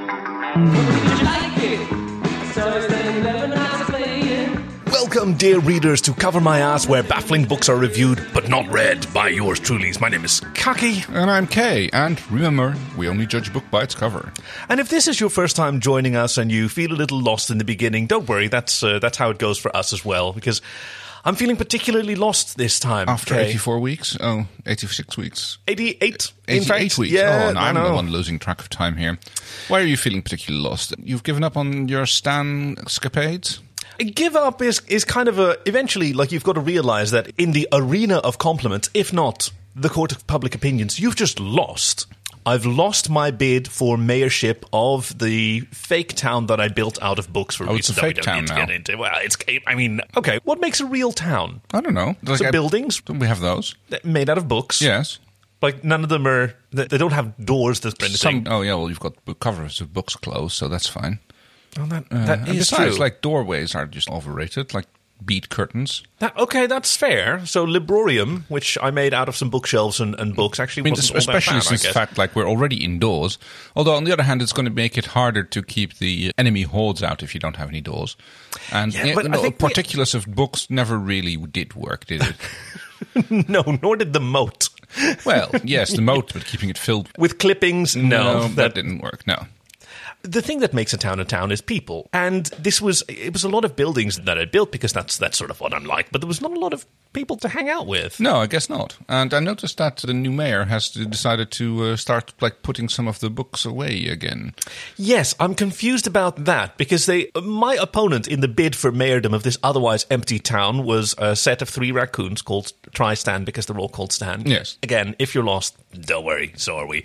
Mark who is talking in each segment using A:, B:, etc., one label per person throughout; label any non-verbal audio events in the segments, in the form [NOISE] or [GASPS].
A: Did you like it? So it's the 11 nights of playing.
B: Welcome, dear readers, to Cover My Ass, where baffling books are reviewed but not read by yours truly. My name is Kaki.
C: And I'm Kay, and remember, we only judge a book by its cover.
B: And if this is your first time joining us and you feel a little lost in the beginning, don't worry. That's uh, that's how it goes for us as well. Because I'm feeling particularly lost this time.
C: After
B: Kay.
C: 84 weeks, oh, 86 weeks,
B: 88, in
C: 88
B: fact,
C: weeks.
B: Yeah,
C: oh, and
B: I
C: I'm the
B: know.
C: one losing track of time here. Why are you feeling particularly lost? You've given up on your Stan escapades?
B: Give up is is kind of a eventually like you've got to realize that in the arena of compliments, if not the court of public opinions, you've just lost. I've lost my bid for mayorship of the fake town that I built out of books for
C: Oh,
B: reasons
C: it's a
B: that we
C: fake
B: don't need
C: town
B: to
C: now.
B: get into. Well, it's I mean, okay, what makes a real town?
C: I don't know. Like,
B: Some
C: I-
B: buildings
C: Don't we have those?
B: that- made out of books.
C: Yes.
B: like none of them are. They, they don't have doors that print
C: Some, oh, yeah, well, you've got book covers of books closed, so that's fine.
B: Oh, that, that
C: And
B: is
C: uh, besides,
B: true.
C: like, doorways are just overrated, like bead curtains.
B: That- okay, that's fair. So Librorium, which I made out of some bookshelves and, and books, actually
C: I mean,
B: wasn't all that
C: especially
B: bad, I
C: since the
B: guess.
C: fact like we're already indoors. Although on the other hand, it's going to make it harder to keep the enemy hordes out if you don't have any doors. And
B: Yeah,
C: yeah,
B: but I
C: no,
B: think we-
C: particulars of books never really did work, did
B: [LAUGHS] [LAUGHS]
C: it?
B: No, nor did the moat.
C: well, yes, the moat, but keeping it filled.
B: With clippings, no.
C: that,
B: that,
C: didn't work. No.
B: the thing that makes a town a town is people, and this was it was a lot of buildings that I built because that's that's sort of what I'm like. But there was not a lot of people to hang out with.
C: No, I guess not. And I noticed that the new mayor has decided to uh, start like putting some of the books away again.
B: Yes, I'm confused about that because they uh, my opponent in the bid for mayordom of this otherwise empty town was a set of three raccoons called Tristan because they're all called Stan.
C: Yes.
B: Again, if you're lost, don't worry, so are we.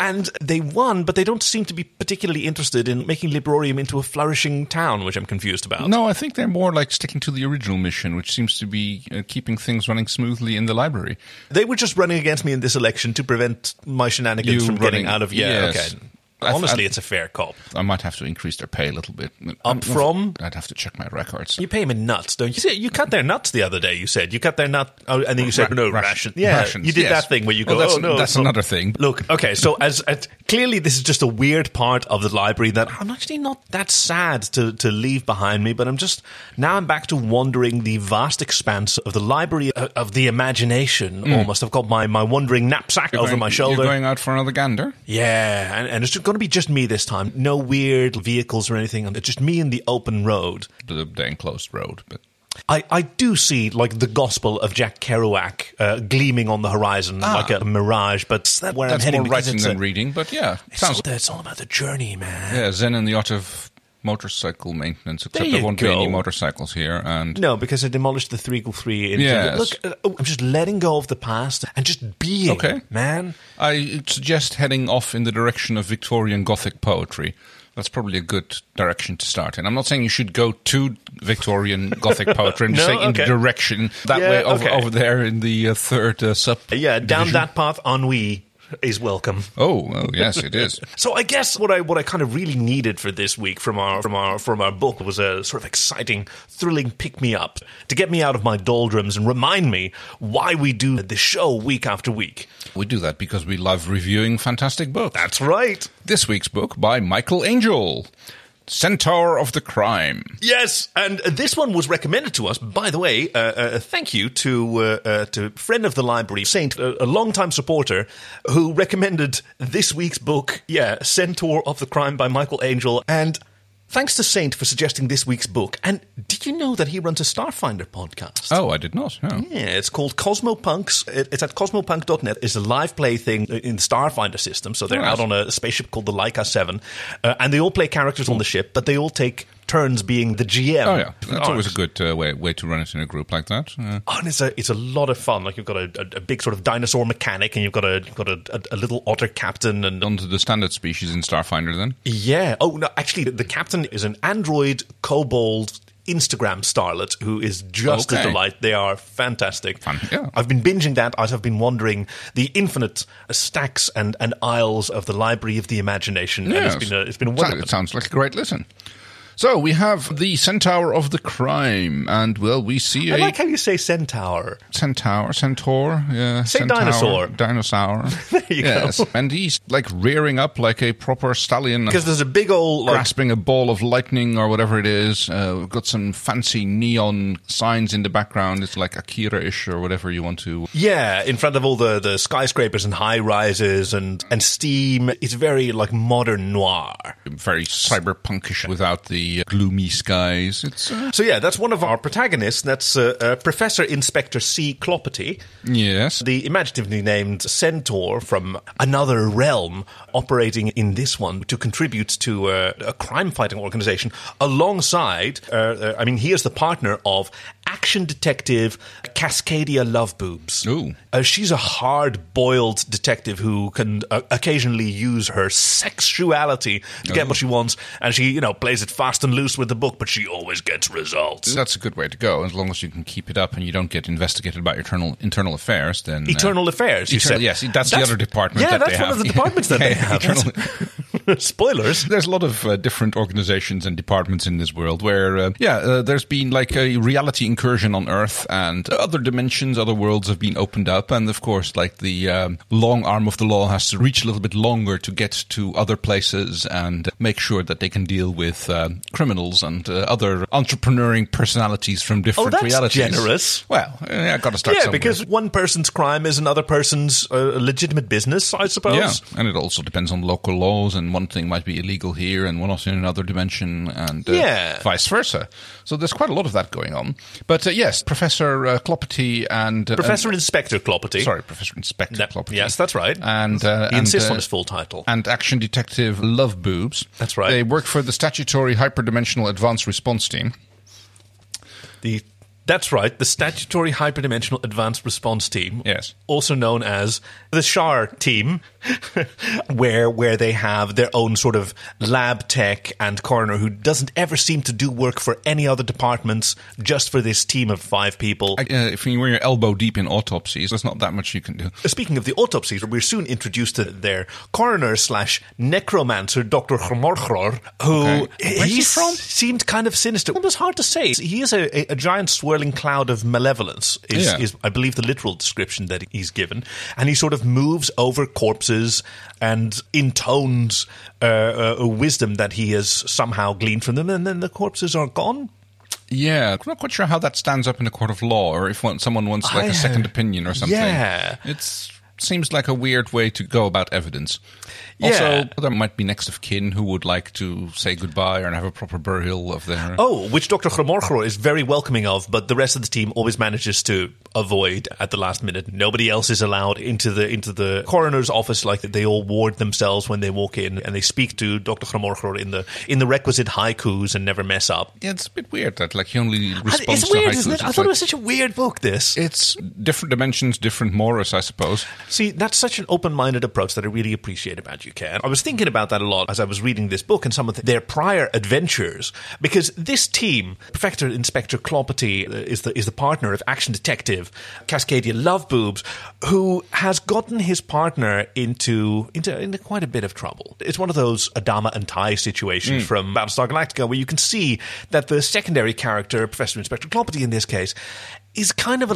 B: And they won, but they don't seem to be particularly interested in making Librorium into a flourishing town, which I'm confused about.
C: No, I think they're more like sticking to the original mission, which seems to be uh, keeping things running smoothly in the library.
B: They were just running against me in this election to prevent my shenanigans
C: You
B: from getting
C: running-
B: out of yeah,
C: yes.
B: okay.
C: I th-
B: Honestly,
C: I-
B: it's a fair cop.
C: I might have to increase their pay a little bit.
B: Up from?
C: I'd have to check my records.
B: You pay them in nuts, don't you? See, you cut their nuts the other day. You said you cut their nut, oh, and then you said
C: Ra-
B: no
C: ration-
B: ration. Yeah,
C: rations,
B: you did
C: yes.
B: that thing where you go.
C: Well, that's-
B: oh no,
C: that's
B: no."
C: another thing.
B: Look, okay, so as, as clearly this is just a weird part of the library that I'm actually not that sad to to leave behind me, but I'm just now I'm back to wandering the vast expanse of the library uh, of the imagination. Almost, I've got my my wandering knapsack over
C: Going-
B: my shoulder.
C: Hmm. You're going out for another gander.
B: Yeah, and, and it's going to be just me this time. No weird vehicles or anything. It's just me in the open road.
C: The, the enclosed road, but
B: I, I do see like the gospel of Jack Kerouac uh, gleaming on the horizon like a mirage, but that's where
C: Ah. that's
B: I'm heading.
C: more
B: because
C: writing
B: it's
C: than
B: a-
C: reading. But yeah,
B: it's, all,
C: sounds
B: it's all about the journey, man.
C: yeah. Zen and the art of motorcycle maintenance. Except
B: There
C: there
B: you
C: won't be
B: go.
C: any motorcycles here, and
B: No, because I demolished the 303. In
C: Yes.
B: Look, uh, oh, I'm just letting go of the past and just being,
C: Okay.
B: man.
C: I suggest heading off in the direction of Victorian Gothic poetry. That's probably a good direction to start in. I'm not saying you should go to Victorian
B: [LAUGHS]
C: Gothic poetry. I'm just
B: No?
C: saying in the
B: Okay.
C: direction that
B: Yeah,
C: way over,
B: okay.
C: over there in the uh, third uh, sub.
B: Yeah, down
C: division.
B: that path, ennui is welcome.
C: Oh, well, yes,
B: [LAUGHS]
C: it is.
B: So I guess what I what I kind of really needed for this week from our from our from our book was a sort of exciting, thrilling pick me up to get me out of my doldrums and remind me why we do this show week after week.
C: We do that because we love reviewing fantastic books.
B: That's right.
C: this week's book by Michael Angel, Centaur of the Crime.
B: Yes, and this one was recommended to us. By the way, uh, uh, thank you to uh, uh, to friend of the library, Saint, a, a longtime supporter, who recommended this week's book. Yeah, Centaur of the Crime by Michael Angel, and thanks to Saint for suggesting this week's book. And did you know that he runs a Starfinder podcast?
C: Oh, I did not. No.
B: Yeah, it's called Cosmopunks. It- It's at cosmopunk.net. It's a live play thing in the Starfinder system. So they're out
C: Nice.
B: on a spaceship called the Leica 7. Uh, and they all play characters on the ship, but they all take turns being the GM.
C: Oh, yeah.
B: Oh,
C: That's always a good uh, way, way to run it in a group like that. Uh,
B: Oh, and it's a it's a lot of fun. Like you've got a, a, a big sort of dinosaur mechanic, and you've got a you've got a, a, a little otter captain, and
C: onto the standard species in Starfinder, then.
B: yeah. Oh no, actually, the captain is an android kobold Instagram starlet who is just a
C: Okay.
B: delight. They are fantastic.
C: Fun, yeah.
B: I've been binging that as I've been wandering the infinite stacks and, and aisles of the library of the imagination. And
C: Yes.
B: it's been a, it's been a
C: Sound-
B: wonderful.
C: It sounds like a great listen. So we have the Centaur of the Crime, and well, we see a
B: I like how you say centaur.
C: centaur, centaur, yeah,
B: Say
C: centaur,
B: dinosaur.
C: dinosaur.
B: [LAUGHS] There you go.
C: yes. and he's like rearing up like a proper stallion,
B: Because there's a big old like,
C: grasping a ball of lightning or whatever it is. Uh, we've got some fancy neon signs in the background. It's like Akira-ish or whatever you want to.
B: Yeah, in front of all the, the skyscrapers and high rises and, and steam. It's very like modern noir.
C: Very cyberpunkish without the gloomy skies. It's uh,
B: So yeah, that's one of our protagonists. That's uh, uh, Professor Inspector C. Clopperty,
C: yes.
B: the imaginatively named centaur from another realm, operating in this one to contribute to uh, a crime-fighting organization alongside. Uh, uh, I mean, he is the partner of action detective Cascadia Loveboobs.
C: Ooh.
B: Uh, she's a hard boiled detective who can uh, occasionally use her sexuality to get what she wants, and she, you know, plays it fast and loose with the book, but she always gets results.
C: That's a good way to go, as long as you can keep it up and you don't get investigated about your internal internal affairs. Then uh,
B: Eternal Affairs, you
C: Eternal-
B: said.
C: yes, that's the other department
B: Yeah,
C: that
B: that's
C: they
B: one
C: have.
B: of the departments that they
C: Yeah,
B: have. That's- [LAUGHS] Spoilers.
C: there's a lot of uh, different organizations and departments in this world where uh, yeah uh, there's been like a reality incursion on earth and other dimensions other worlds have been opened up and of course like the um, long arm of the law has to reach a little bit longer to get to other places and make sure that they can deal with uh, criminals and uh, other entrepreneuring personalities from different
B: Oh, that's
C: realities
B: generous.
C: well uh, i gotta start
B: Yeah,
C: somewhere.
B: because one person's crime is another person's uh, legitimate business, I suppose.
C: yeah, and it also depends on local laws, and one thing might be illegal here, and one also in another dimension, and uh,
B: Yeah.
C: vice versa. So there's quite a lot of that going on. But uh, yes, Professor uh, Clopperty and uh,
B: Professor
C: and-
B: Inspector Clopperty.
C: sorry, Professor Inspector
B: That-
C: Clopperty.
B: yes, that's right.
C: And uh,
B: He
C: and,
B: insists
C: uh,
B: on his full title.
C: and action detective Love Boobs.
B: That's right.
C: They work for the statutory hyperdimensional advanced response team.
B: The that's right, the Statutory Hyperdimensional Advanced Response Team.
C: Yes.
B: Also known as the SHAR team, [LAUGHS] where where they have their own sort of lab tech and coroner who doesn't ever seem to do work for any other departments, just for this team of five people.
C: Uh, if you were your elbow deep in autopsies, there's not that much you can do.
B: Speaking of the autopsies, we're soon introduced to their coroner slash necromancer, Dr. Hrmorhror, who
C: Okay. Where's he
B: s-
C: from?
B: seemed kind of sinister. It was hard to say. He is a, a, a giant swirling cloud of malevolence, is,
C: Yeah.
B: is, I believe, the literal description that he's given. And he sort of moves over corpses and intones uh, uh, a wisdom that he has somehow gleaned from them, and then the corpses are gone.
C: Yeah, I'm not quite sure how that stands up in a court of law, or if one, someone wants like
B: I-
C: a second opinion or something.
B: Yeah.
C: it seems like a weird way to go about evidence.
B: Yeah.
C: Also, there might be next of kin who would like to say goodbye and have a proper burial of their.
B: Oh, which Dr. Hromorchor is very welcoming of, but the rest of the team always manages to avoid at the last minute. Nobody else is allowed into the into the coroner's office like they all ward themselves when they walk in and they speak to Dr. Hromorchor in the in the requisite haikus and never mess up.
C: Yeah, it's a bit weird that like he only responds
B: It's
C: to
B: weird,
C: haikus.
B: isn't it? I
C: It's
B: thought
C: like-
B: it was such a weird book this.
C: It's different dimensions, different morals, I suppose.
B: See, that's such an open minded approach that I really appreciate about you, Ken. I was thinking about that a lot as I was reading this book and some of their prior adventures, because this team, Prefector Inspector Clopperty uh, is the, is the partner of action detective Cascadia Loveboobs, who has gotten his partner into, into, into quite a bit of trouble. It's one of those Adama and Tai situations from Battlestar Galactica where you can see that the secondary character, Professor Inspector Clopperty in this case, is kind of a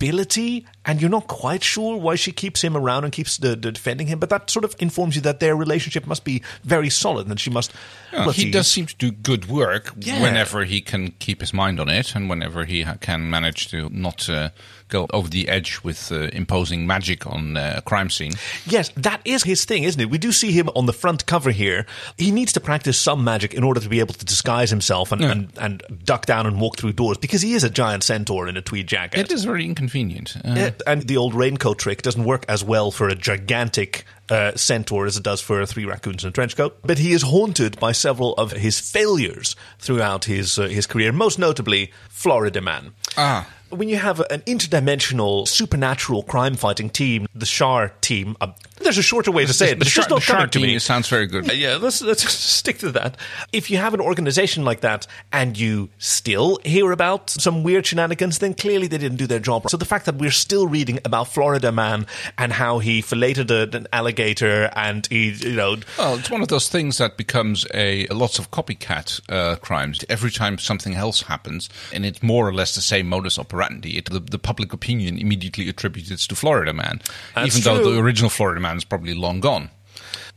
B: liability, and you're not quite sure why she keeps him around and keeps the, the defending him. But that sort of informs you that their relationship must be very solid, and she must.
C: Yeah,
B: well,
C: he
B: she-
C: does seem to do good work
B: Yeah.
C: whenever he can keep his mind on it and whenever he ha- can manage to not uh, go over the edge with uh, imposing magic on uh, a crime scene.
B: Yes, that is his thing, isn't it? We do see him on the front cover here. He needs to practice some magic in order to be able to disguise himself and,
C: Yeah.
B: and, and duck down and walk through doors because he is a giant centaur in a tweed jacket.
C: It is very inconvenient. Uh,
B: Yeah, and the old raincoat trick doesn't work as well for a gigantic uh, centaur as it does for three raccoons in a trench coat. But he is haunted by several of his failures throughout his uh, his career, most notably Florida Man.
C: Ah.
B: When you have an interdimensional supernatural crime fighting team, the Shar team, uh, the there's a shorter way to say it, but
C: the
B: it's just
C: shar-
B: not
C: the
B: coming
C: shark
B: to me.
C: being sounds very [LAUGHS] good.
B: Uh,
C: Uh,
B: Yeah, let's, let's [LAUGHS] stick to that. If you have an organization like that and you still hear about some weird shenanigans, then clearly they didn't do their job. So the fact that we're still reading about Florida man and how he filleted a, an alligator and he, you know,
C: Well, it's one of those things that becomes a lots of copycat uh, crimes. Every time something else happens, and it's more or less the same modus operandi, it, the, the public opinion immediately attributes to Florida Man,
B: That's
C: even though
B: true.
C: the original Florida Man is probably long gone,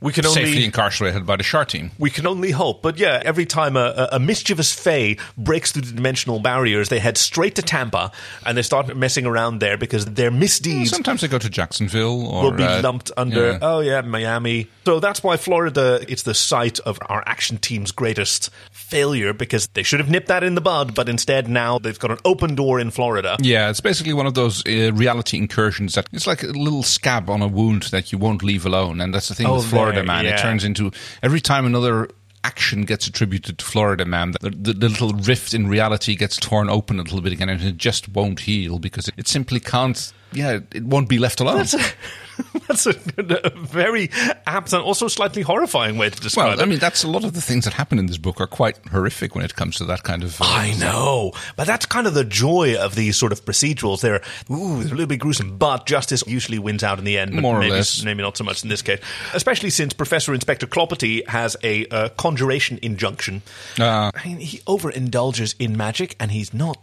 B: we can only
C: safely incarcerated by the Shar team.
B: We can only hope. But yeah, every time a, a a mischievous fae breaks through the dimensional barriers, they head straight to Tampa and they start messing around there because their misdeeds
C: Sometimes they go to Jacksonville or
B: will be
C: uh,
B: lumped under,
C: yeah.
B: oh yeah, Miami. So that's why Florida it's the site of our action team's greatest failure because they should have nipped that in the bud, but instead now they've got an open door in Florida.
C: Yeah, it's basically one of those uh, reality incursions that it's like a little scab on a wound that you won't leave alone. And that's the thing
B: Oh,
C: with Florida
B: there,
C: Man.
B: yeah.
C: It turns into every time another action gets attributed to Florida Man, the, the, the little rift in reality gets torn open a little bit again and it just won't heal because it, it simply can't. Yeah, it won't be left alone.
B: That's a, [LAUGHS] that's a, a very apt and also slightly horrifying way to describe
C: well,
B: it.
C: I mean, that's a lot of the things that happen in this book are quite horrific when it comes to that kind of. uh,
B: I know, but that's kind of the joy of these sort of procedurals. They're ooh, they're a little bit gruesome, but justice usually wins out in the end. But
C: More or
B: maybe,
C: less.
B: maybe not so much in this case, especially since Professor Inspector Clopperty has a uh, conjuration injunction.
C: Ah.
B: I mean, he overindulges in magic, and he's not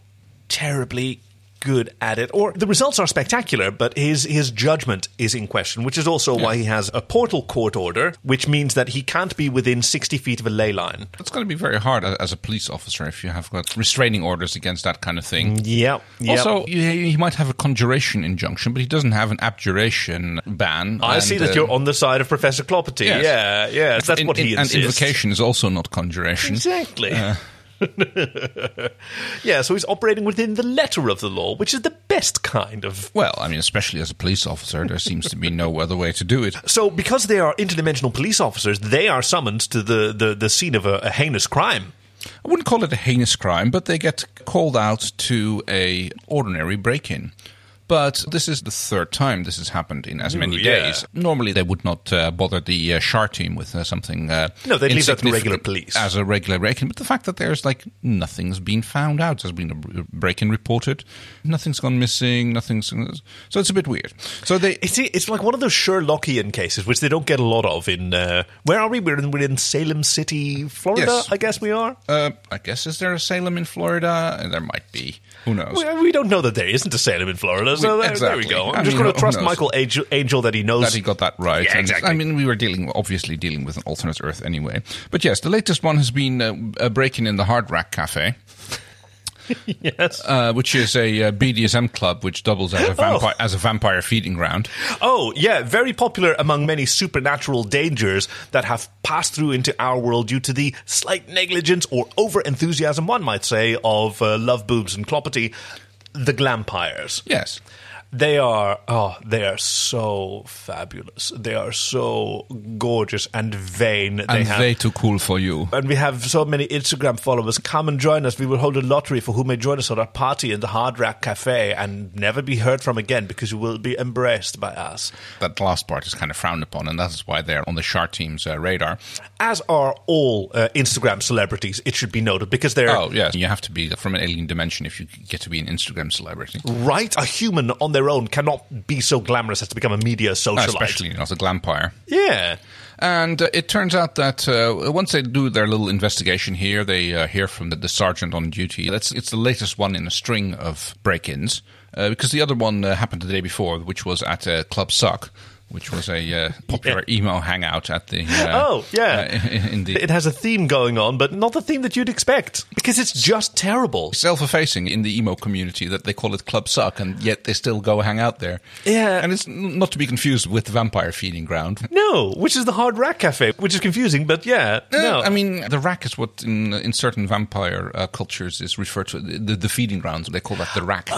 B: terribly good at it or the results are spectacular but his his judgment is in question which is also why he has a portal court order which means that he can't be within 60 feet of a ley line
C: It's going to be very hard a- as a police officer if you have got restraining orders against that kind of thing.
B: yep, Mm, yep.
C: Also, you, he might have a conjuration injunction, but he doesn't have an abjuration ban.
B: I
C: and,
B: see that
C: uh,
B: you're on the side of Professor Clopperty.
C: Yes.
B: Yeah, yeah, that's
C: in-
B: what he
C: in- And
B: insists.
C: invocation is also not conjuration.
B: Exactly. [LAUGHS] yeah, so he's operating within the letter of the law, which is the best kind of.
C: Well, I mean, especially as a police officer, there seems to be no other way to do it.
B: So, because they are interdimensional police officers, they are summoned to the, the, the scene of a, a heinous crime.
C: I wouldn't call it a heinous crime, but they get called out to a ordinary break-in. But this is the third time this has happened in as many
B: Ooh, yeah.
C: days. Normally, they would not uh, bother the uh, SHAR team with uh, something. Uh,
B: No, they'd leave that to the
C: insignificant
B: regular police.
C: As a regular break in. But the fact that there's like nothing's been found out, there's been a break in reported, nothing's gone missing, nothing's. uh, So it's a bit weird. So they.
B: It's, it's like one of those Sherlockian cases, which they don't get a lot of in. Uh, where are we? We're in, we're in Salem City, Florida,
C: Yes.
B: I guess we are.
C: Uh, I guess is there a Salem in Florida? There might be. Who knows?
B: We, we don't know that there isn't a Salem in Florida, so
C: We-
B: there, there
C: exactly.
B: we go. I'm
C: I
B: just
C: mean,
B: going to
C: who
B: trust
C: knows?
B: Michael Angel, Angel that he knows
C: that he got that right.
B: Yeah,
C: And,
B: exactly.
C: I mean, we were dealing, obviously, dealing with an alternate Earth anyway. But yes, the latest one has been uh, a break-in in the Hard Rack Cafe,
B: yes.
C: uh, which is a uh, BDSM club which doubles as a, vampire,
B: [GASPS] Oh.
C: as a vampire feeding ground.
B: Oh, yeah, very popular among many supernatural dangers that have passed through into our world due to the slight negligence or overenthusiasm, one might say, of uh, Love Boobs and Clopperty, the Glampires.
C: Yes.
B: They are, oh, they are so fabulous. They are so gorgeous and vain. they
C: And
B: have.
C: they too cool for you.
B: and we have so many Instagram followers. Come and join us. We will hold a lottery for who may join us at our party in the Hard Rack Cafe and never be heard from again because you will be embraced by us.
C: That last part is kind of frowned upon, and that's why they're on the Shark team's uh, radar.
B: As are all uh, Instagram celebrities, it should be noted because they're
C: Oh, yes. You have to be from an alien dimension if you get to be an Instagram celebrity.
B: right. A human on their own cannot be so glamorous as to become a media socialite.
C: Especially not a glampire.
B: Yeah.
C: And uh, it turns out that uh, once they do their little investigation here, they uh, hear from the, the sergeant on duty. That's it's the latest one in a string of break-ins uh, because the other one uh, happened the day before, which was at uh, Club Suck, which was a uh, popular emo hangout at the uh,
B: Oh, yeah.
C: uh, in, in the
B: It has a theme going on, but not the theme that you'd expect because it's just terrible.
C: self-effacing in the emo community that they call it Club Suck, and yet they still go hang out there.
B: Yeah.
C: and it's n- not to be confused with Vampire Feeding Ground.
B: No, which is the Hard Rack Cafe, which is confusing, but yeah. No,
C: Eh, I mean the rack is what in in certain vampire uh, cultures is referred to the, the feeding grounds. They call that the rack.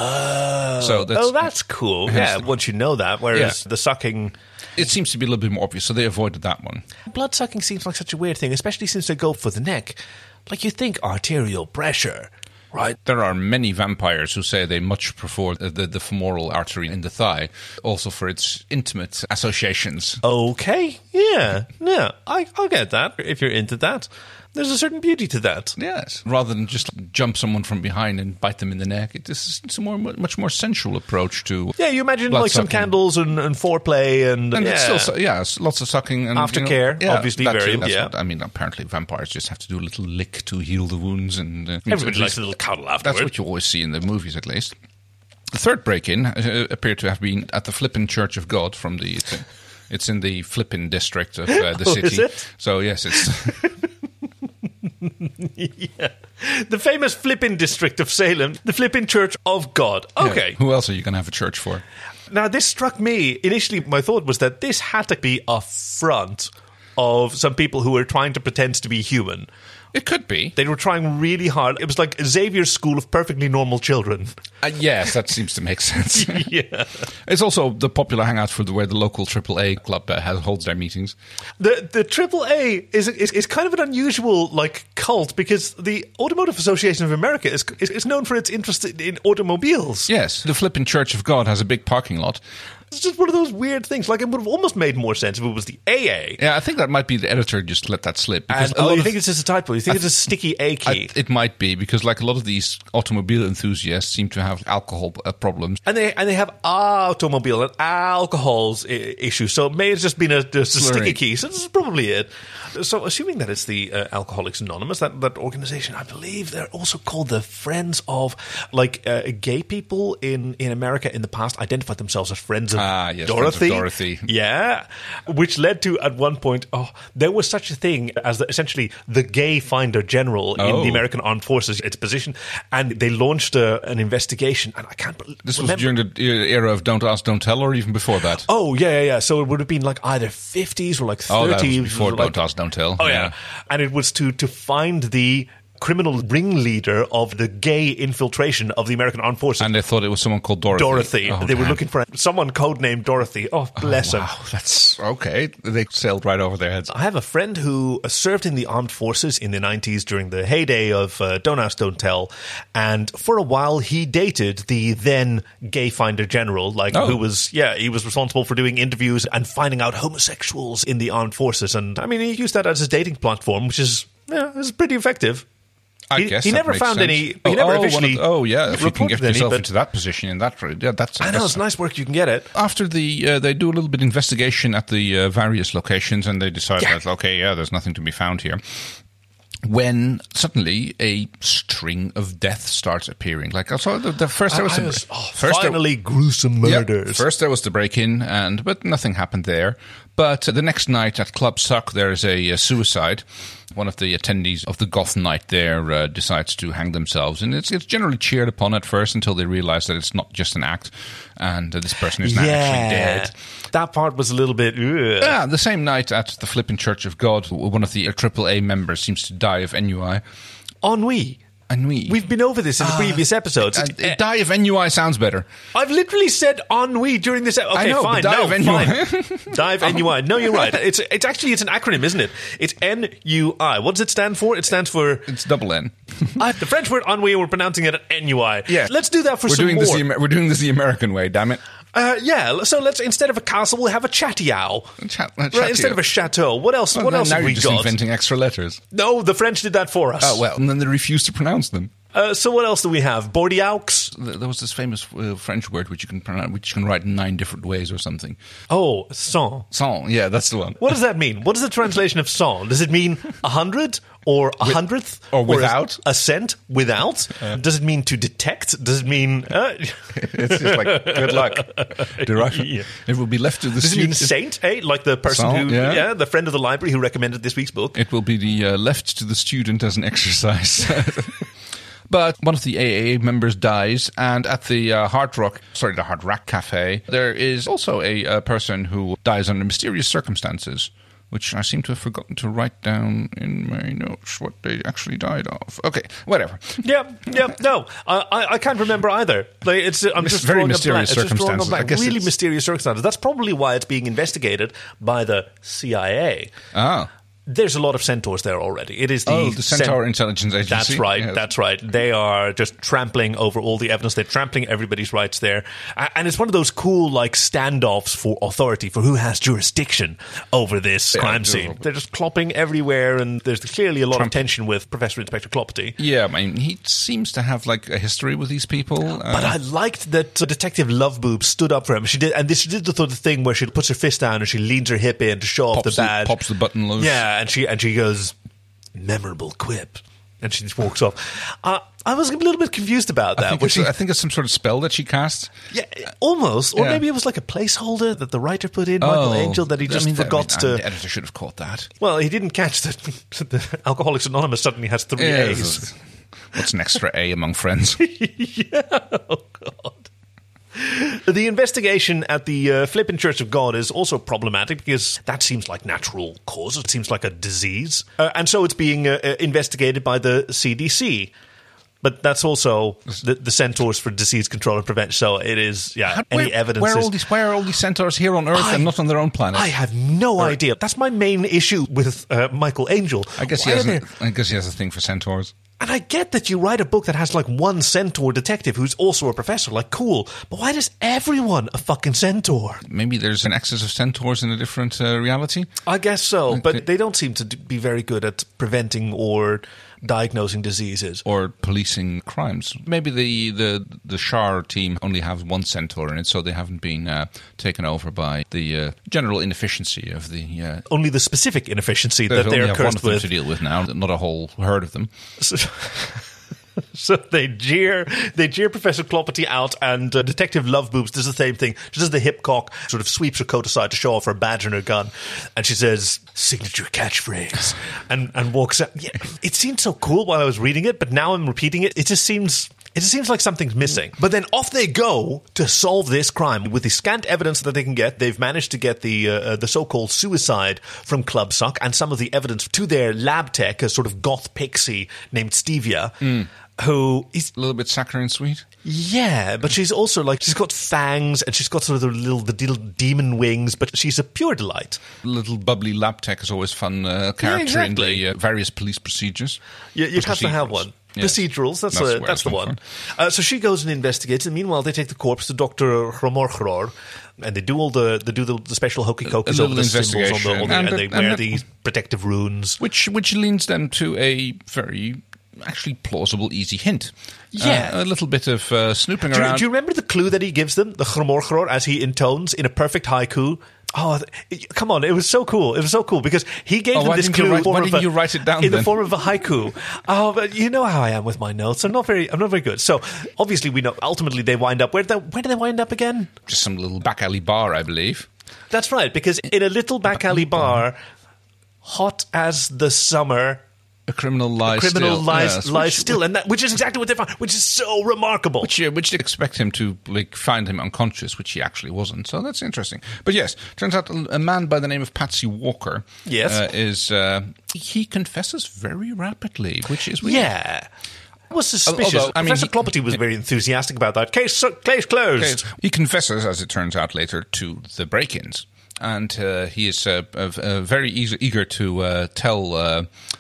C: so that's,
B: [GASPS] oh, that's cool. Yeah, once you know that, whereas
C: Yeah.
B: the sucking.
C: it seems to be a little bit more obvious. So they avoided that one.
B: Blood sucking seems like such a weird thing, especially since they go for the neck. Like you think arterial pressure. Right.
C: There are many vampires who say they much prefer the, the, the femoral artery in the thigh, also for its intimate associations.
B: Okay. Yeah. Yeah. I, I'll get that if you're into that. There's a certain beauty to that.
C: Yes. Rather than just jump someone from behind and bite them in the neck, it is it's a more, much more sensual approach to.
B: Yeah, you imagine
C: blood
B: like some
C: sucking.
B: candles and, and foreplay and,
C: And
B: yeah.
C: it's still, so- yeah, it's lots of sucking and you know,
B: Aftercare,
C: yeah,
B: obviously
C: that
B: very-
C: too. That's
B: yeah.
C: what- I mean, apparently vampires just have to do a little lick to heal the wounds, and uh,
B: Everybody likes a little cuddle afterward.
C: That's what you always see in the movies, at least. The third break-in uh, appeared to have been at the Flippin' Church of God from the. It's, it's in the Flippin' district of uh, the
B: [LAUGHS] Oh,
C: city.
B: is it?
C: So yes, it's [LAUGHS]
B: [LAUGHS] yeah. The famous flippin' district of Salem, the flippin' church of God.
C: yeah.
B: Okay.
C: Who else are you going to have a church for?
B: Now, this struck me. Initially, my thought was that this had to be a front of some people who were trying to pretend to be human.
C: It could be.
B: They were trying really hard. It was like Xavier's school of perfectly normal children.
C: Uh, yes, that seems to make [LAUGHS] sense.
B: yeah.
C: It's also the popular hangout for the where the local AAA club uh, has holds their meetings.
B: The the AAA is, is is kind of an unusual like cult because the Automotive Association of America is is, is known for its interest in, in automobiles.
C: Yes, the flippin' Church of God has a big parking lot.
B: It's just one of those weird things. Like it would have almost made more sense if it was the AA.
C: Yeah, I think that might be the editor just let that slip.
B: And,
C: because a
B: oh,
C: lot
B: you
C: of-
B: think it's just a typo? You think it's a sticky A key?
C: I- it might be because like a lot of these automobile enthusiasts seem to have alcohol uh, problems.
B: and they and they have automobile and alcohol's I- issue, so it may have just been a, just a
C: Slurry.
B: sticky key. So this is probably it. So assuming that it's the uh, Alcoholics Anonymous, that that organization, I believe they're also called the Friends of, like uh, gay people in in America in the past identified themselves as Friends of
C: Ah, yes, Friends of
B: Dorothy.
C: Dorothy.
B: yeah, which led to at one point, oh, there was such a thing as the, essentially the gay finder general in
C: Oh.
B: the American Armed Forces, its position, and they launched a, an investigation, and I can't. bel-
C: This was
B: remember-
C: during the e- era of Don't Ask, Don't Tell, or even before that.
B: Oh yeah, yeah, yeah. So it would have been like either fifties or like
C: Oh,
B: thirties.
C: that was before
B: like,
C: Don't Ask, Don't Tell.
B: Oh yeah. and it was to to find the criminal ringleader of the gay infiltration of the American armed forces.
C: And they thought it was someone called Dorothy.
B: Dorothy.
C: Oh,
B: they were
C: damn.
B: looking for someone codenamed Dorothy. Oh, bless him.
C: Wow, that's okay. They sailed right over their heads.
B: I have a friend who served in the armed forces in the 90s during the heyday of uh, Don't Ask, Don't Tell. And for a while, he dated the then gay finder general, like
C: Oh.
B: who was, yeah, he was responsible for doing interviews and finding out homosexuals in the armed forces. And I mean, he used that as his dating platform, which is, yeah, it's pretty effective.
C: I
B: he,
C: guess
B: he
C: that
B: never
C: makes
B: found
C: sense.
B: any. He
C: Oh,
B: never
C: oh, one of
B: officially.
C: the- oh yeah, if you can
B: reported
C: get
B: any,
C: yourself
B: but-
C: into that position in that route, yeah, that's.
B: I know
C: that's-
B: it's nice work. You can get it.
C: After the uh, they do a little bit of investigation at the uh, various locations, and they decide
B: Yeah.
C: that okay, yeah, there's nothing to be found here. When suddenly a string of death starts appearing, like I saw the, the first there was,
B: I
C: the-
B: was- oh,
C: first there-
B: finally, gruesome
C: yeah,
B: murders.
C: first there was the break in, and but nothing happened there. But uh, the next night at Club Suck, there is a, uh suicide. One of the attendees of the Goth Night there uh, decides to hang themselves, and it's it's generally cheered upon at first until they realize that it's not just an act, and uh, this person is now actually dead.
B: That part was a little bit. ugh.
C: Yeah, the same night at the Flippin' Church of God, one of the AAA members seems to die of NUI.
B: Ennui.
C: Ennui. Ah,
B: We've been over this in the previous episodes. Eh,
C: Uh, die of NUI sounds better.
B: I've literally said ennui during this. e- Okay,
C: I know,
B: fine.
C: but Um,
B: no,
C: die of NUI. [LAUGHS]
B: fine. Dive NUI. No, you're right. It's it's actually it's an acronym, isn't it? It's NUI. What does it stand for? It stands for
C: It's double N.
B: I, the French word ennui. We're pronouncing it NUI. Let's do that for
C: we're
B: some
C: doing
B: more.
C: This the, Amer- we're doing this the American way, damn it.
B: uh, yeah. So let's instead of a castle, we'll have a chatty owl.
C: Cha- a
B: Right,
C: chatty
B: instead
C: owl.
B: of a chateau. What else? what
C: now,
B: else
C: now
B: have
C: you're
B: we
C: just
B: got?
C: inventing extra letters.
B: no, the French did that for us.
C: Oh, well, and then they refuse to pronounce them.
B: Uh, so what else do we have? Bordeaux.
C: Th- There was this famous uh, French word which you can pronounce, which you can write in nine different ways or something.
B: Oh, sans.
C: Song, yeah, that's the one.
B: What does that mean? What is the translation of song? Does it mean a hundred or a hundredth
C: or
B: a-
C: without?
B: a cent without? does it mean to detect? Does it mean uh, [LAUGHS]
C: It's just like good luck. [LAUGHS] Derive-
B: Yeah.
C: It will be left to the
B: does it
C: [LAUGHS]
B: mean
C: students.
B: saint? Eh? Like the person
C: Saint,
B: who,
C: yeah.
B: yeah. the friend of the library who recommended this week's book.
C: It will be the uh, left to the student as an exercise. [LAUGHS] But one of the AA members dies, and at the uh, Hard Rock, sorry, the Hard Rack Cafe, there is also a uh, person who dies under mysterious circumstances, which I seem to have forgotten to write down in my notes what they actually died of. Okay,
B: [LAUGHS]
C: whatever.
B: Yep, yep. No, I- I, I can't remember either. Like it's, I'm
C: Mis-
B: just
C: very
B: drawing
C: mysterious
B: a blank. It's just drawing a
C: circumstances.
B: blank.
C: I guess
B: really
C: it's-
B: mysterious circumstances. That's probably why it's being investigated by the CIA.
C: Ah.
B: There's a lot of centaurs there already. It is the,
C: oh, the
B: cen-
C: Centaur Intelligence Agency.
B: That's right.
C: Yes.
B: That's right. They are just trampling over all the evidence. They're trampling everybody's rights there, A- and it's one of those cool like standoffs for authority for who has jurisdiction over this crime scene. They're just clopping everywhere, and there's clearly a lot of tension with Professor Inspector Clopty.
C: yeah, I mean, he seems to have like a history with these people. Uh,
B: But I liked that uh, Detective Loveboob stood up for him. She did, and this, she did the sort of thing where she puts her fist down and she leans her hip in to show off
C: pops
B: the badge.
C: pops the button loose.
B: Yeah, and she and she goes, memorable quip, and she just walks off. Uh, I was a little bit confused about
C: I
B: that.
C: think,
B: where
C: it's,
B: she-
C: I think it's some sort of spell that she cast.
B: yeah, almost, or
C: Yeah. Oh,
B: maybe it was like a placeholder that the writer put in, Michael Angel, that he
C: I
B: just
C: mean, that- I
B: forgot
C: mean,
B: to.
C: The editor should have caught that.
B: well, he didn't catch that [LAUGHS] the Alcoholics Anonymous suddenly has three
C: Yeah,
B: A's.
C: it's- What's an extra A among [LAUGHS] friends?
B: The investigation at the uh, Flippin' Church of God is also problematic because that seems like natural cause. It seems like a disease. Uh, and so it's being uh, uh, investigated by the CDC. But that's also the, the Centaurs for Disease Control and Prevention. So it is, yeah,
C: How-
B: any
C: where,
B: evidence
C: Where are
B: is-
C: all these? Why are all these centaurs here on Earth and not on their own planet?
B: I have no idea. That's my main issue with uh, Michael Angel.
C: I guess he
B: Why are
C: has.
B: there-
C: An, I guess he has a thing for centaurs.
B: And I get that you write a book that has like one centaur detective who's also a professor, like cool. But why does everyone a fucking centaur?
C: Maybe there's an excess of centaurs in a different uh, reality.
B: I guess so, but they don't seem to d- be very good at preventing or diagnosing diseases.
C: or policing crimes. Maybe the the the Shar team only have one centaur in it, so they haven't been uh, taken over by the uh, general inefficiency of the. Uh,
B: Only the specific inefficiency
C: they
B: that
C: only
B: they're
C: have one of
B: cursed
C: them to
B: with.
C: deal with now, not a whole herd of them.
B: So, [LAUGHS] so they jeer, they jeer Professor Clopperty out, and uh, Detective Loveboobs does the same thing. She does the hip cock, sort of sweeps her coat aside to show off her badge and her gun, and she says signature catchphrase, and and walks out. Yeah, it seemed so cool while I was reading it, but now I'm repeating it. It just seems. It just seems like something's missing. But then off they go to solve this crime with the scant evidence that they can get. They've managed to get the uh, uh, the so-called suicide from Club Suck and some of the evidence to their lab tech, a sort of goth pixie named Stevia, who is
C: A little bit saccharine sweet.
B: yeah, but she's also like she's got fangs and she's got sort of the little the little demon wings, but she's a pure delight.
C: Little bubbly lab tech is always fun uh, character
B: exactly.
C: in the uh, various police procedures.
B: You, you have to have one.
C: Yes.
B: Procedurals, that's,
C: That's
B: the-
C: the word
B: that's the
C: I'm looking
B: one. Uh, so she goes and investigates, and meanwhile they take the corpse to Doctor Hromorchror, and they do all the they do the, the special hokey
C: A
B: pokeys
C: little
B: over the symbols on the,
C: investigation.
B: on the- and,
C: And it-
B: they
C: and
B: wear
C: it-
B: these protective runes.
C: which which leads them to a very actually plausible, easy hint.
B: Yeah.
C: Uh, a little bit of uh, snooping
B: Do you,
C: around.
B: do you remember the clue that he gives them, the Hromorchror, as he intones in a perfect haiku? Oh, th- come on! It was so cool. It was so cool because he gave
C: Oh,
B: them
C: why
B: this
C: didn't you
B: clue. in
C: write-
B: form
C: why
B: of
C: didn't
B: a-
C: you write it down
B: in the
C: then?
B: form of a haiku? Oh, but you know how I am with my notes. I'm not very. I'm not very good. So obviously, we know. Ultimately, they wind up. Where do they, where do they wind up again?
C: Just some little back alley bar, I believe.
B: That's right, because in a little back alley bar, hot as the summer,
C: A criminal lies
B: criminal
C: still.
B: lies
C: Yes,
B: lies
C: which-
B: still, and that which is exactly what they found, which is so remarkable.
C: Which, uh, which they expect him to like find him unconscious, which he actually wasn't. So that's interesting. But yes, turns out a a man by the name of Patsy Walker.
B: Yes.
C: uh, is uh, he confesses very rapidly, which is weird.
B: yeah. I was suspicious.
C: Although, I mean,
B: Professor
C: he-
B: Clopperty was very enthusiastic about that. Case, so- case closed.
C: Okay, He confesses, as it turns out later, to the break-ins. And uh, he is uh, uh, uh, very eager, eager to uh, tell uh,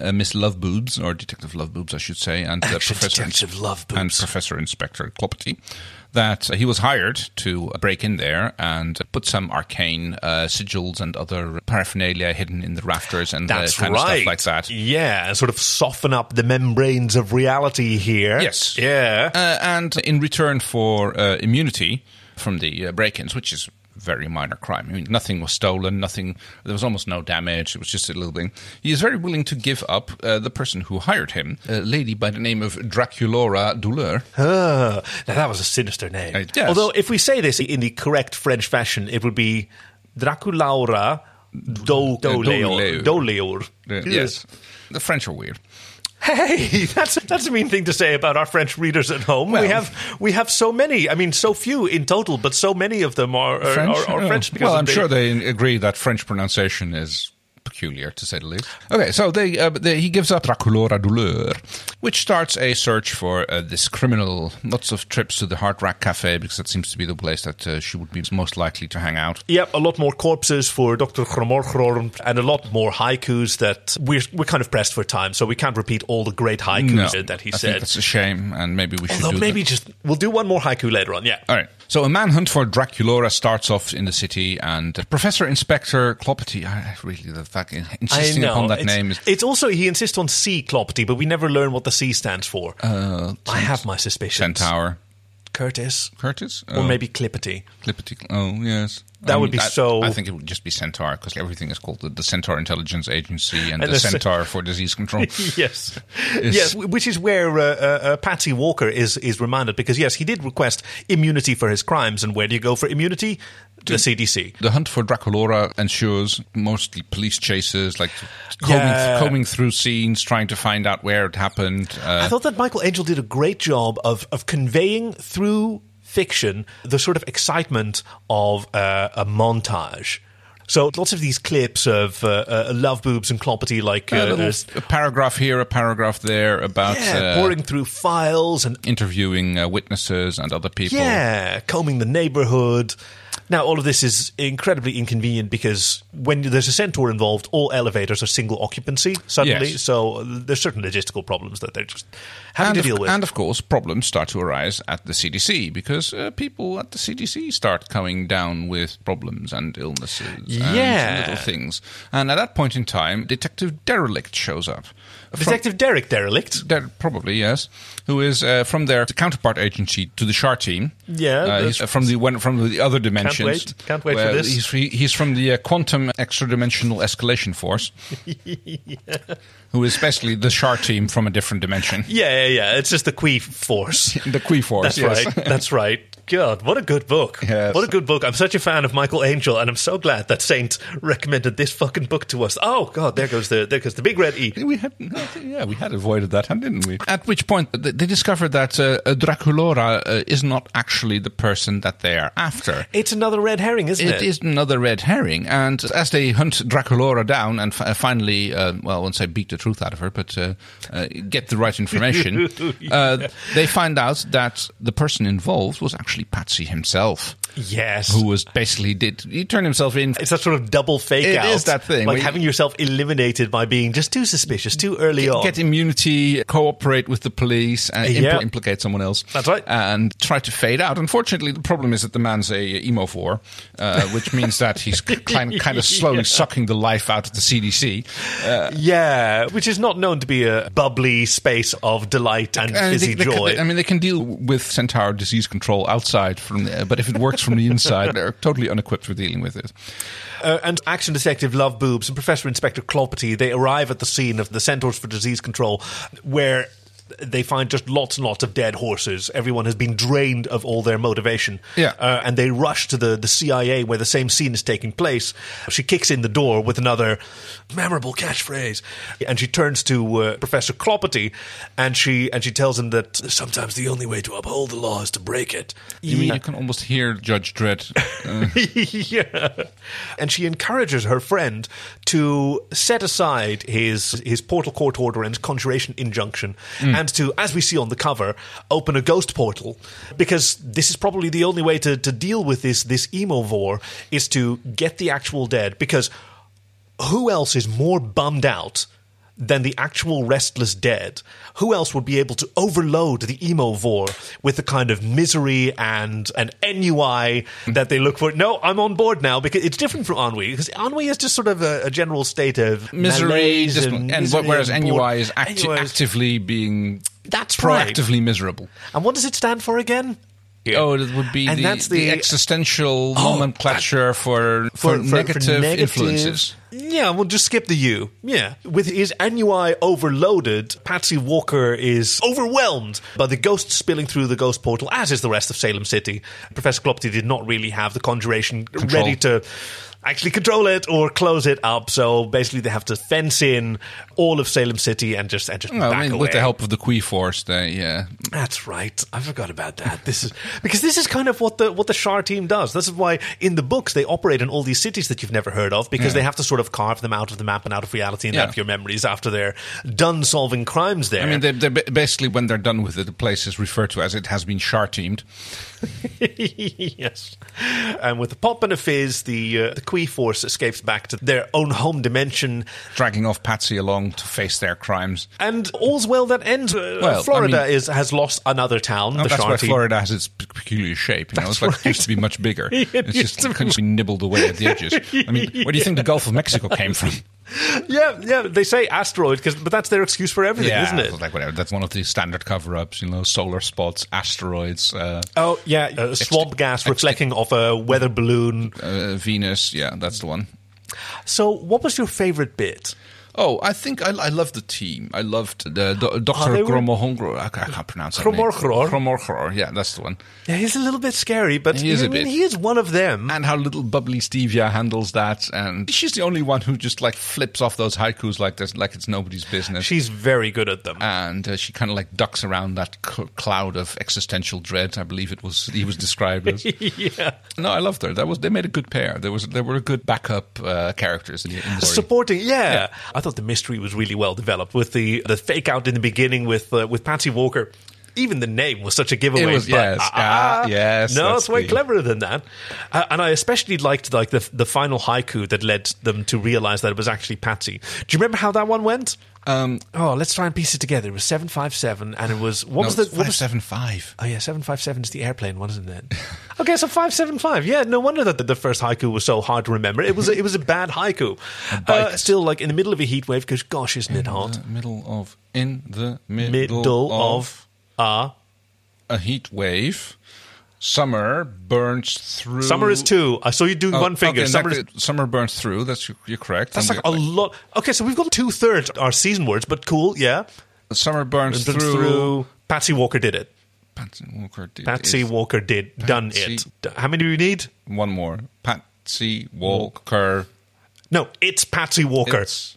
C: uh, Miss Loveboobs, or Detective Loveboobs, I should say, and uh,
B: Action
C: Professor
B: Detective Loveboobs.
C: and Professor Inspector Clopperty, that uh, he was hired to break in there and put some arcane uh, sigils and other paraphernalia hidden in the rafters and uh,
B: That's
C: kind
B: right.
C: of stuff like that.
B: Yeah, and sort of soften up the membranes of reality here.
C: Yes.
B: Yeah.
C: Uh, and in return for uh, immunity from the uh, break-ins, which is a very minor crime. I mean, nothing was stolen, nothing. There was almost no damage. It was just a little thing. He is very willing to give up uh, the person who hired him, a lady by the name of Draculaura Douleur.
B: Ah, now that was a sinister name.
C: Uh, yes.
B: Although, if we say this in the correct French fashion, it would be Draculaura do, Doleur.
C: Doleur.
B: Doleur.
C: Uh, Yes. the French are weird.
B: Hey, [LAUGHS] that's that's a mean thing to say about our French readers at home.
C: Well-
B: we have we have so many. I mean, so few in total, but so many of them are are,
C: French?
B: are, are
C: Oh.
B: French. Because
C: well,
B: of
C: I'm
B: the-
C: sure they agree that French pronunciation is peculiar to say the least. Okay, so they, uh, they he gives up Draculora Douleur, which starts a search for uh, this criminal. Lots of trips to the Heart Rack Cafe because that seems to be the place that uh, she would be most likely to hang out.
B: Yep, a lot more corpses for Dr. Chromorchorn and a lot more haikus that we're, we're kind of pressed for time, so we can't repeat all the great haikus that he
C: I think
B: said.
C: that's a shame, and maybe we should
B: Although
C: do
B: maybe
C: that.
B: just we'll do one more haiku later on. Yeah.
C: All right. So a manhunt for Dracula starts off in the city, and Professor Inspector Clopety, I I really the fact insisting upon that
B: it's,
C: name is
B: it's also he insists on C clopty, but we never learn what the C stands for.
C: Uh,
B: I have my suspicions.
C: Centaur
B: Curtis,
C: Curtis,
B: or
C: Oh,
B: maybe Clippity.
C: Clippity. Oh yes,
B: That would be
C: I-
B: so-
C: I think it would just be Centaur because everything is called the, the Centaur Intelligence Agency and,
B: And
C: the
B: the cen-
C: Centaur for
B: [LAUGHS]
C: Disease Control.
B: yes,
C: Is-
B: yes, wh- which is where uh, uh, uh, Patsy Walker is is reminded because yes, he did request immunity for his crimes, and where do you go for immunity? The CDC.
C: The hunt for Draculora ensures mostly police chases, like combing,
B: Yeah.
C: combing through scenes, trying to find out where it happened. Uh,
B: I thought that Michael Angel did a great job of of conveying through fiction the sort of excitement of uh, a montage. So lots of these clips of uh, uh, love boobs and clopity, like uh,
C: a, little,
B: uh,
C: a paragraph here, a paragraph there about
B: yeah,
C: uh,
B: pouring through files and
C: interviewing uh, witnesses and other people.
B: Yeah, combing the neighborhood. Now, all of this is incredibly inconvenient because when there's a centaur involved, all elevators are single occupancy suddenly.
C: Yes.
B: So uh, there's certain logistical problems that they're just having
C: And
B: to
C: of,
B: deal with.
C: and of course, problems start to arise at the CDC because uh, people at the CDC start coming down with problems and illnesses
B: Yeah.
C: and little things. And at that point in time, Detective Derelict shows up. From-
B: Detective Derek Derelict.
C: There, probably yes. Who is uh, from their counterpart agency to the Shar team?
B: Yeah,
C: uh, he's
B: that's-
C: from the one from the other dimensions.
B: wait- can't wait for
C: Well,
B: this.
C: He's, he, he's from the uh, quantum extra-dimensional escalation
B: [LAUGHS]
C: force, who is basically the Shar team from a different dimension.
B: Yeah, yeah, yeah. It's just the Quee force.
C: The [LAUGHS] Qui force.
B: That's
C: yes.
B: right. That's right. God, what a good book.
C: Yes.
B: What a good book. I'm such a fan of Michael Angel, and I'm so glad that Saint recommended this fucking book to us. Oh, God, there goes the, there goes the big red E.
C: [LAUGHS] We had, yeah, we had avoided that, didn't we? At which point th- they discovered that uh, uh, Draculora uh, is not actually the person that they are after.
B: It's another red herring, isn't it?
C: It is another red herring, and as they hunt Draculora down and f- finally, uh, well, I won't say beat the truth out of her, but uh, uh, get the right [LAUGHS] information, uh, they find out that the person involved was actually Patsy himself,
B: Yes.
C: who was basically did he turned himself in.
B: It's that sort of double fake
C: It
B: out.
C: is that thing where
B: Like
C: you-
B: having yourself eliminated by being just too suspicious too early on.
C: Get immunity, cooperate with the police, and impl-
B: Yeah.
C: implicate someone else.
B: That's right.
C: And try to fade out. Unfortunately, the problem is that the man's a emo for,
B: [LAUGHS]
C: uh, which means that he's kind, kind of slowly sucking the life out of the CDC.
B: yeah, which is not known to be a bubbly space of delight and
C: I mean,
B: fizzy
C: they- they
B: joy.
C: can- I mean, they can deal with Centaur disease control outside from, the, but if it works from the
B: [LAUGHS]
C: inside, they're totally unequipped for dealing with it.
B: Uh, and action detective Love Boobs and Professor Inspector Clopity, they arrive at the scene of the Centaurs for Disease Control, where they find just lots and lots of dead horses. Everyone has been drained of all their motivation.
C: Yeah.
B: Uh, and they rush to the, the CIA where the same scene is taking place. She kicks in the door with another memorable catchphrase. And she turns to uh, Professor Clopity and she, and she tells him that sometimes the only way to uphold the law is to break it.
C: You mean you can almost hear Judge
B: [LAUGHS]
C: Dredd? Uh,
B: yeah. And she encourages her friend to set aside his his portal court order and conjuration injunction and to, as we see on the cover, open a ghost portal. Because this is probably the only way to, to deal with this this emovore is to get the actual dead because who else is more bummed out than the actual restless dead? Who else would be able to overload the emo vor with the kind of misery and an ennui that they look for? No, I'm on board now because it's different from ennui. Because ennui is just sort of a, a general state of
C: misery,
B: malaise
C: just, and,
B: and, misery
C: whereas
B: and
C: NUI
B: bored-
C: is, acti-
B: NUI is-
C: actively being
B: That's right.
C: proactively miserable.
B: And what does it stand for again?
C: Oh, it would be
B: And
C: the,
B: that's
C: the,
B: the- Oh,
C: existential nomenclature for, for, negative influences.
B: Yeah, we'll just skip the U. Yeah. With his annui overloaded, Patsy Walker is overwhelmed by the ghost spilling through the ghost portal, as is the rest of Salem City. Professor Clopty did not really have the conjuration
C: Control.
B: ready to actually control it or close it up. So basically, they have to fence in all of Salem City and just and just
C: Well,
B: back
C: I mean,
B: away.
C: with the help of the Kui Force, they yeah.
B: That's right. I forgot about that. This is because this is kind of what the what the Shar team does. This is why in the books they operate in all these cities that you've never heard of because
C: Yeah.
B: they have to sort of carve them out of the map and out of reality and
C: Yeah.
B: out of your memories after they're done solving crimes. There,
C: I mean, they, they ba- basically when they're done with it, the place is referred to as it has been shar teamed.
B: [LAUGHS] yes. And with a pop and a fizz, the uh, the Kui force escapes back to their own home dimension,
C: dragging off Patsy along to face their crimes.
B: and all's well that ends. Uh,
C: Well, I
B: Florida
C: mean- Oh,
B: is has lost another town. the
C: that's
B: Shar
C: where
B: team.
C: Florida has its pe- peculiar shape. You know, it's like it used to be much
B: [LAUGHS]
C: bigger. it's
B: used
C: just constantly nibbled away at the edges. I mean, where do you think the Gulf of Mexico
B: [LAUGHS]
C: came from?
B: [LAUGHS] Yeah, yeah. They say asteroid, cause, but that's their excuse for everything, isn't it?
C: so like whatever. That's one of the standard cover-ups. You know, solar spots, asteroids, uh,
B: Oh yeah, uh, swamp gas reflecting off a weather balloon.
C: uh, Venus. Yeah, that's the one.
B: So, what was your favorite bit?
C: Oh, I think I, I love the team. I loved the do, Doctor
B: Ah, they were-
C: Gromorhongro. I, ca- I can't pronounce it.
B: Gromorgror.
C: Gromorgror. Yeah, that's the one.
B: Yeah, he's a little bit scary, but
C: He is
B: I
C: a
B: mean,
C: bit.
B: he is one of them.
C: and how little bubbly Stevia handles that. And she's the only one who just like flips off those haikus like this, like it's nobody's business.
B: She's very good at them.
C: and uh, she kind of like ducks around that c- cloud of existential dread. I believe it was he was described
B: [LAUGHS]
C: as.
B: yeah.
C: No, I loved her. That was they made a good pair. There was there were good backup uh, characters in the, in the story.
B: Supporting, yeah. I thought the mystery was really well developed with the the fake out in the beginning with uh, with Patsy Walker. Even the name was such a giveaway.
C: It was-
B: but,
C: yes,
B: ah,
C: ah,
B: ah,
C: yes,
B: No,
C: that's
B: it's way
C: the-
B: cleverer than that. Uh, and I especially liked like the the final haiku that led them to realize that it was actually Patsy. Do you remember how that one went?
C: Um,
B: Oh, let's try and piece it together. It was seven five seven, and it was what
C: no,
B: was the what
C: five
B: was,
C: seven five?
B: Oh yeah, seven five seven is the airplane one, isn't it? [LAUGHS] okay, so five seven five. Yeah, no wonder that the, the first haiku was so hard to remember. It was a, it was a bad
C: [LAUGHS]
B: haiku.
C: bike.
B: Uh, still, like in the middle of a heat wave, because gosh, isn't it hot?
C: The middle of in the middle,
B: Middle of ah,
C: a heat wave. Summer burns through.
B: summer is two. I saw you doing
C: Oh,
B: one finger.
C: okay, in
B: summer
C: that
B: is
C: case, summer burns through. That's you're correct.
B: that's
C: And
B: like a
C: we-
B: lot. Okay, so we've got two thirds are season words, but cool. Yeah,
C: Summer burns
B: Through-
C: through.
B: through Patsy Walker did it.
C: Patsy Walker. Did
B: Patsy
C: it.
B: Walker did done
C: Patsy-
B: it. D- How many do we need?
C: One more. Patsy Walker.
B: No, it's Patsy Walker.
C: It's,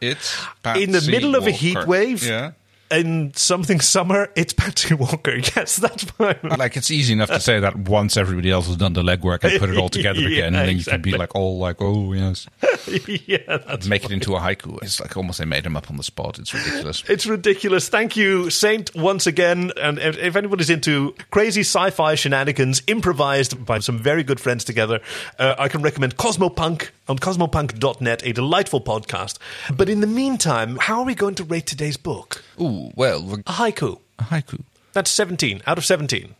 C: it's Patsy
B: in the middle of a
C: Walker.
B: heat wave
C: Yeah.
B: in something summer it's patsy walker [LAUGHS] yes that's why
C: Like it's easy enough to say that once everybody else has done the legwork and put
B: [LAUGHS]
C: it all together
B: Yeah,
C: again, and then
B: exactly.
C: you can be like, all like, oh yes,
B: [LAUGHS] yeah that's
C: make it into a haiku. It's like almost they made him up on the spot. It's [LAUGHS] ridiculous.
B: it's ridiculous. Thank you, Saint, once again. And if, if anybody's into crazy sci fi shenanigans improvised by some very good friends together, uh, I can recommend Cosmopunk on cosmopunk.net, a delightful podcast. But in the meantime, how are we going to rate today's book?
C: Ooh, well,
B: A haiku.
C: a haiku.
B: That's 17 out of 17.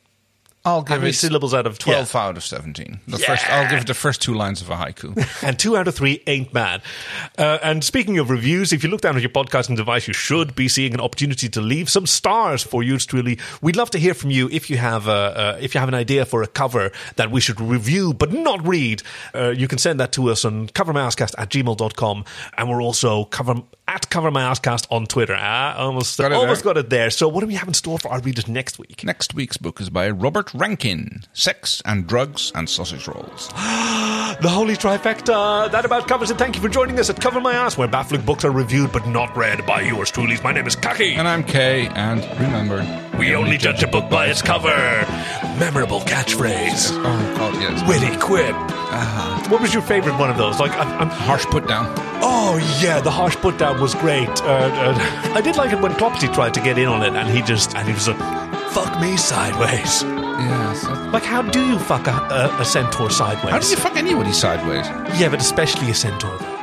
C: I'll
B: How
C: give
B: many
C: it
B: syllables out of 12?
C: twelve out of seventeen. The first, I'll give it the first two lines of a [LAUGHS] haiku.
B: and two out of three ain't bad. Uh, and speaking of reviews, if you look down at your podcasting device, you should be seeing an opportunity to leave some stars for yours truly. We'd love to hear from you if you have a, uh, if you have an idea for a cover that we should review but not read. Uh, you can send that to us on covermyouscast at gmail.com. And we're also cover, at covermyouscast on Twitter. Ah, almost,
C: Got it
B: almost
C: there.
B: got it there. So what do we have in store for our readers next week?
C: Next week's book is by Robert Rankin Sex and Drugs and Sausage Rolls.
B: The Holy Trifecta. That about covers it. Thank you for joining us at Cover My Ass, where baffling books are reviewed but not read by yours truly. My name is Kaki.
C: And I'm Kay, and remember,
B: We only judge a book by its cover. Memorable catchphrase.
C: Oh, God, yes.
B: Witty quip. What was your favorite one of those? Like, I'm, I'm
C: Harsh put down.
B: oh yeah, the harsh put down was great. Uh, uh, I did like it when Clopsy tried to get in on it, and he just and he was like, "Fuck me sideways."
C: Yes.
B: Like, how do you fuck a, a, a centaur sideways?
C: How do you fuck anybody sideways?
B: yeah, but especially a centaur. Though.